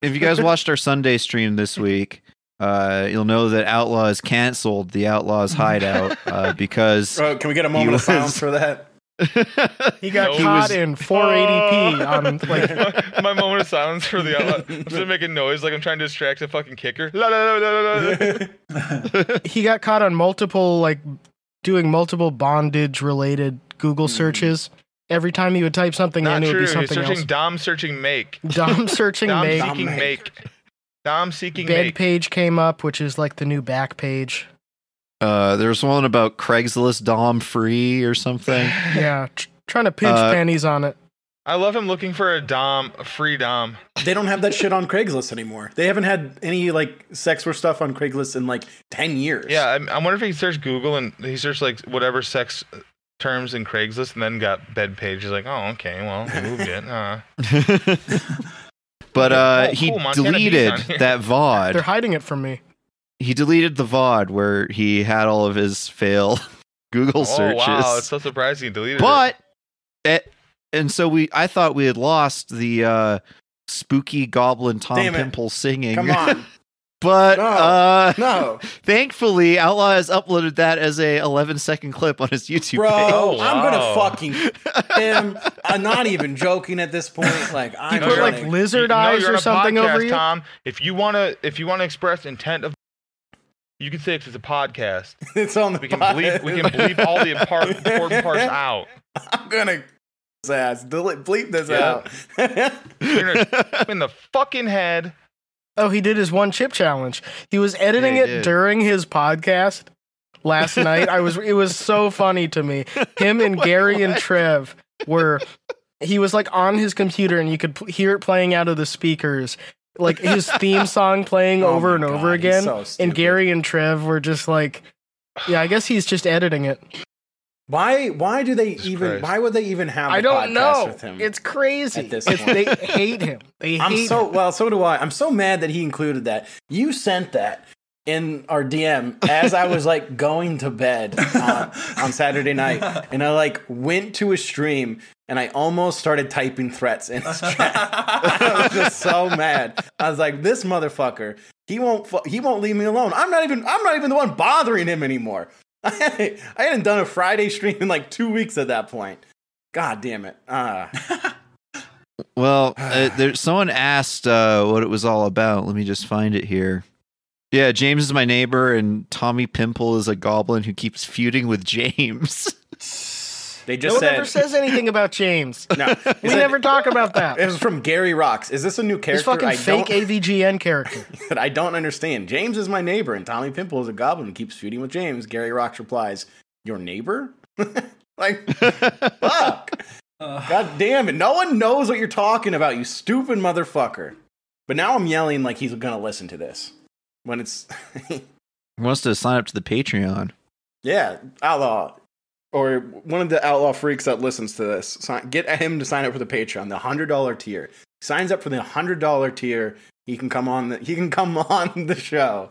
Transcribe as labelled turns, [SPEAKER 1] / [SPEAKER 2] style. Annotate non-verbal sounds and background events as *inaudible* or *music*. [SPEAKER 1] if you
[SPEAKER 2] *laughs*
[SPEAKER 1] guys watched our Sunday stream this week, uh, you'll know that Outlaws canceled the Outlaws
[SPEAKER 2] Mm-hmm.
[SPEAKER 1] Hideout
[SPEAKER 2] *laughs*
[SPEAKER 1] uh, because
[SPEAKER 3] Uh, can we get a moment
[SPEAKER 1] was-
[SPEAKER 3] of silence for that?
[SPEAKER 4] He got
[SPEAKER 2] No.
[SPEAKER 4] caught
[SPEAKER 1] He was-
[SPEAKER 4] in 480p
[SPEAKER 2] Oh. *laughs*
[SPEAKER 4] on like
[SPEAKER 2] my, my moment of silence for the outlaw. I'm just making noise like I'm trying to distract the fucking kicker. La, la, la, la,
[SPEAKER 4] *laughs*
[SPEAKER 2] la, la.
[SPEAKER 4] he got caught on multiple like doing multiple bondage related Google searches. Every time he would type something
[SPEAKER 2] Hmm. Not
[SPEAKER 4] in, it would
[SPEAKER 2] true.
[SPEAKER 4] be
[SPEAKER 2] He's
[SPEAKER 4] something
[SPEAKER 2] searching
[SPEAKER 4] else.
[SPEAKER 2] Dom, searching make. *laughs*
[SPEAKER 4] Dom searching
[SPEAKER 2] Dom
[SPEAKER 4] make.
[SPEAKER 2] seeking
[SPEAKER 3] Dom
[SPEAKER 2] make. Dom seeking
[SPEAKER 4] Bed
[SPEAKER 2] make.
[SPEAKER 4] page came up, which is like the new
[SPEAKER 2] *laughs*
[SPEAKER 4] back page.
[SPEAKER 1] uh, there was one about Craigslist Dom free or something.
[SPEAKER 2] *laughs*
[SPEAKER 1] *laughs*
[SPEAKER 4] Yeah, tr- trying to pinch
[SPEAKER 1] Uh,
[SPEAKER 4] panties on it.
[SPEAKER 2] I love him looking for a Dom, a free Dom.
[SPEAKER 3] they don't have that shit on Craigslist anymore. They haven't had any like sex work stuff on Craigslist in like ten years.
[SPEAKER 2] Yeah, I, I wonder if he searched Google and he searched like whatever sex terms in Craigslist and then got bed page. He's like, oh, okay, well, we moved it. Uh,
[SPEAKER 1] but uh, he
[SPEAKER 2] Cool, Montana Bee's
[SPEAKER 1] deleted
[SPEAKER 2] on *laughs*
[SPEAKER 1] *laughs*
[SPEAKER 2] here.
[SPEAKER 1] that VOD.
[SPEAKER 4] They're hiding it from me.
[SPEAKER 1] he deleted the VOD where he had all of his fail *laughs* Google
[SPEAKER 2] oh,
[SPEAKER 1] searches.
[SPEAKER 2] wow, it's so surprising he deleted it.
[SPEAKER 1] but it, and so we I thought we had lost the uh, spooky goblin Tom
[SPEAKER 3] Damn it.
[SPEAKER 1] Pimple singing.
[SPEAKER 3] Come on.
[SPEAKER 1] *laughs* but
[SPEAKER 3] No.
[SPEAKER 1] uh,
[SPEAKER 3] No,
[SPEAKER 1] thankfully Outlaw has uploaded that as a 11 second clip on his YouTube
[SPEAKER 3] bro,
[SPEAKER 2] Oh,
[SPEAKER 3] I'm gonna
[SPEAKER 2] wow.
[SPEAKER 3] fucking
[SPEAKER 2] *laughs*
[SPEAKER 3] him. I'm not even joking at this point. Like
[SPEAKER 4] He
[SPEAKER 3] I'm
[SPEAKER 4] put
[SPEAKER 2] you're
[SPEAKER 4] like
[SPEAKER 3] running.
[SPEAKER 4] lizard
[SPEAKER 2] You- no,
[SPEAKER 4] eyes
[SPEAKER 2] you're on
[SPEAKER 4] or
[SPEAKER 2] a
[SPEAKER 4] something
[SPEAKER 2] podcast,
[SPEAKER 4] over you.
[SPEAKER 2] Tom, if you wanna, if you wanna express intent of, you can say 'cause it's a podcast.
[SPEAKER 3] *laughs* it's on the
[SPEAKER 2] We can
[SPEAKER 3] pod.
[SPEAKER 2] bleep, we can bleep all the impar- important parts out.
[SPEAKER 3] I'm gonna his ass delete bleep this
[SPEAKER 2] Yeah.
[SPEAKER 3] out. *laughs*
[SPEAKER 2] You're
[SPEAKER 4] *laughs*
[SPEAKER 2] gonna- in the fucking head.
[SPEAKER 4] Oh, he did his one chip challenge. He was editing
[SPEAKER 1] Yeah,
[SPEAKER 4] it
[SPEAKER 1] he did.
[SPEAKER 4] during his podcast
[SPEAKER 3] *laughs*
[SPEAKER 4] last night. I was it was so funny to me. Him and Gary and Trev were he was like on his computer and you could pl- hear it playing out of the speakers. Like his theme song playing
[SPEAKER 3] *laughs* Oh
[SPEAKER 4] over
[SPEAKER 3] my
[SPEAKER 4] and over
[SPEAKER 3] God, he's
[SPEAKER 4] again.
[SPEAKER 3] so
[SPEAKER 4] and
[SPEAKER 3] stupid.
[SPEAKER 4] Gary and Trev were just like yeah, I guess he's just editing it.
[SPEAKER 3] why? Why do they
[SPEAKER 2] Jesus
[SPEAKER 3] even?
[SPEAKER 2] Christ.
[SPEAKER 3] Why would they even have? a
[SPEAKER 4] I don't
[SPEAKER 3] podcast
[SPEAKER 4] know.
[SPEAKER 3] With him?
[SPEAKER 4] It's crazy.
[SPEAKER 3] at this
[SPEAKER 4] It's- they
[SPEAKER 3] point.
[SPEAKER 4] hate him. They
[SPEAKER 3] *laughs* I'm
[SPEAKER 4] hate
[SPEAKER 3] so
[SPEAKER 4] him.
[SPEAKER 3] well. So do I. I'm so mad that he included that. You sent that in our DM as I was
[SPEAKER 4] *laughs*
[SPEAKER 3] like going to bed on, on Saturday night, and I like went to a stream and I almost started typing threats in his chat. *laughs* I was just so mad. I was like, this motherfucker. He won't. Fu- he won't leave me alone. I'm not even. I'm not even the one bothering him anymore. *laughs* I, hadn't done a Friday stream in like two weeks at that point. God damn it. Ah.
[SPEAKER 1] Well, uh, there, someone asked uh, what it was all about. Let me just find it here. Yeah, James is my neighbor, and Tommy Pimple is a goblin who keeps feuding with James. *laughs*
[SPEAKER 3] they just
[SPEAKER 4] No one
[SPEAKER 3] said.
[SPEAKER 4] ever says anything
[SPEAKER 3] *laughs*
[SPEAKER 4] about James.
[SPEAKER 3] no,
[SPEAKER 4] *laughs* We never
[SPEAKER 3] *laughs*
[SPEAKER 4] talk about that.
[SPEAKER 3] It was from Gary Rocks. Is this a new character?
[SPEAKER 4] This fucking
[SPEAKER 3] I
[SPEAKER 4] fake
[SPEAKER 3] don't,
[SPEAKER 4] AVGN character.
[SPEAKER 3] *laughs* that I don't understand. James is my neighbor, and Tommy Pimple is a goblin who keeps feuding with James. Gary Rocks replies, "Your neighbor? *laughs* like, fuck! God damn it! No one knows what you're talking about, you stupid motherfucker." But now I'm yelling like he's gonna listen to this when it's *laughs*
[SPEAKER 1] He wants to sign up to the Patreon.
[SPEAKER 3] yeah outlaw or one of the outlaw freaks that listens to this. Sign, get him to sign up for the Patreon, the hundred dollar tier. Signs up for the hundred dollar tier. He can come *laughs* on. The, he can come on the show.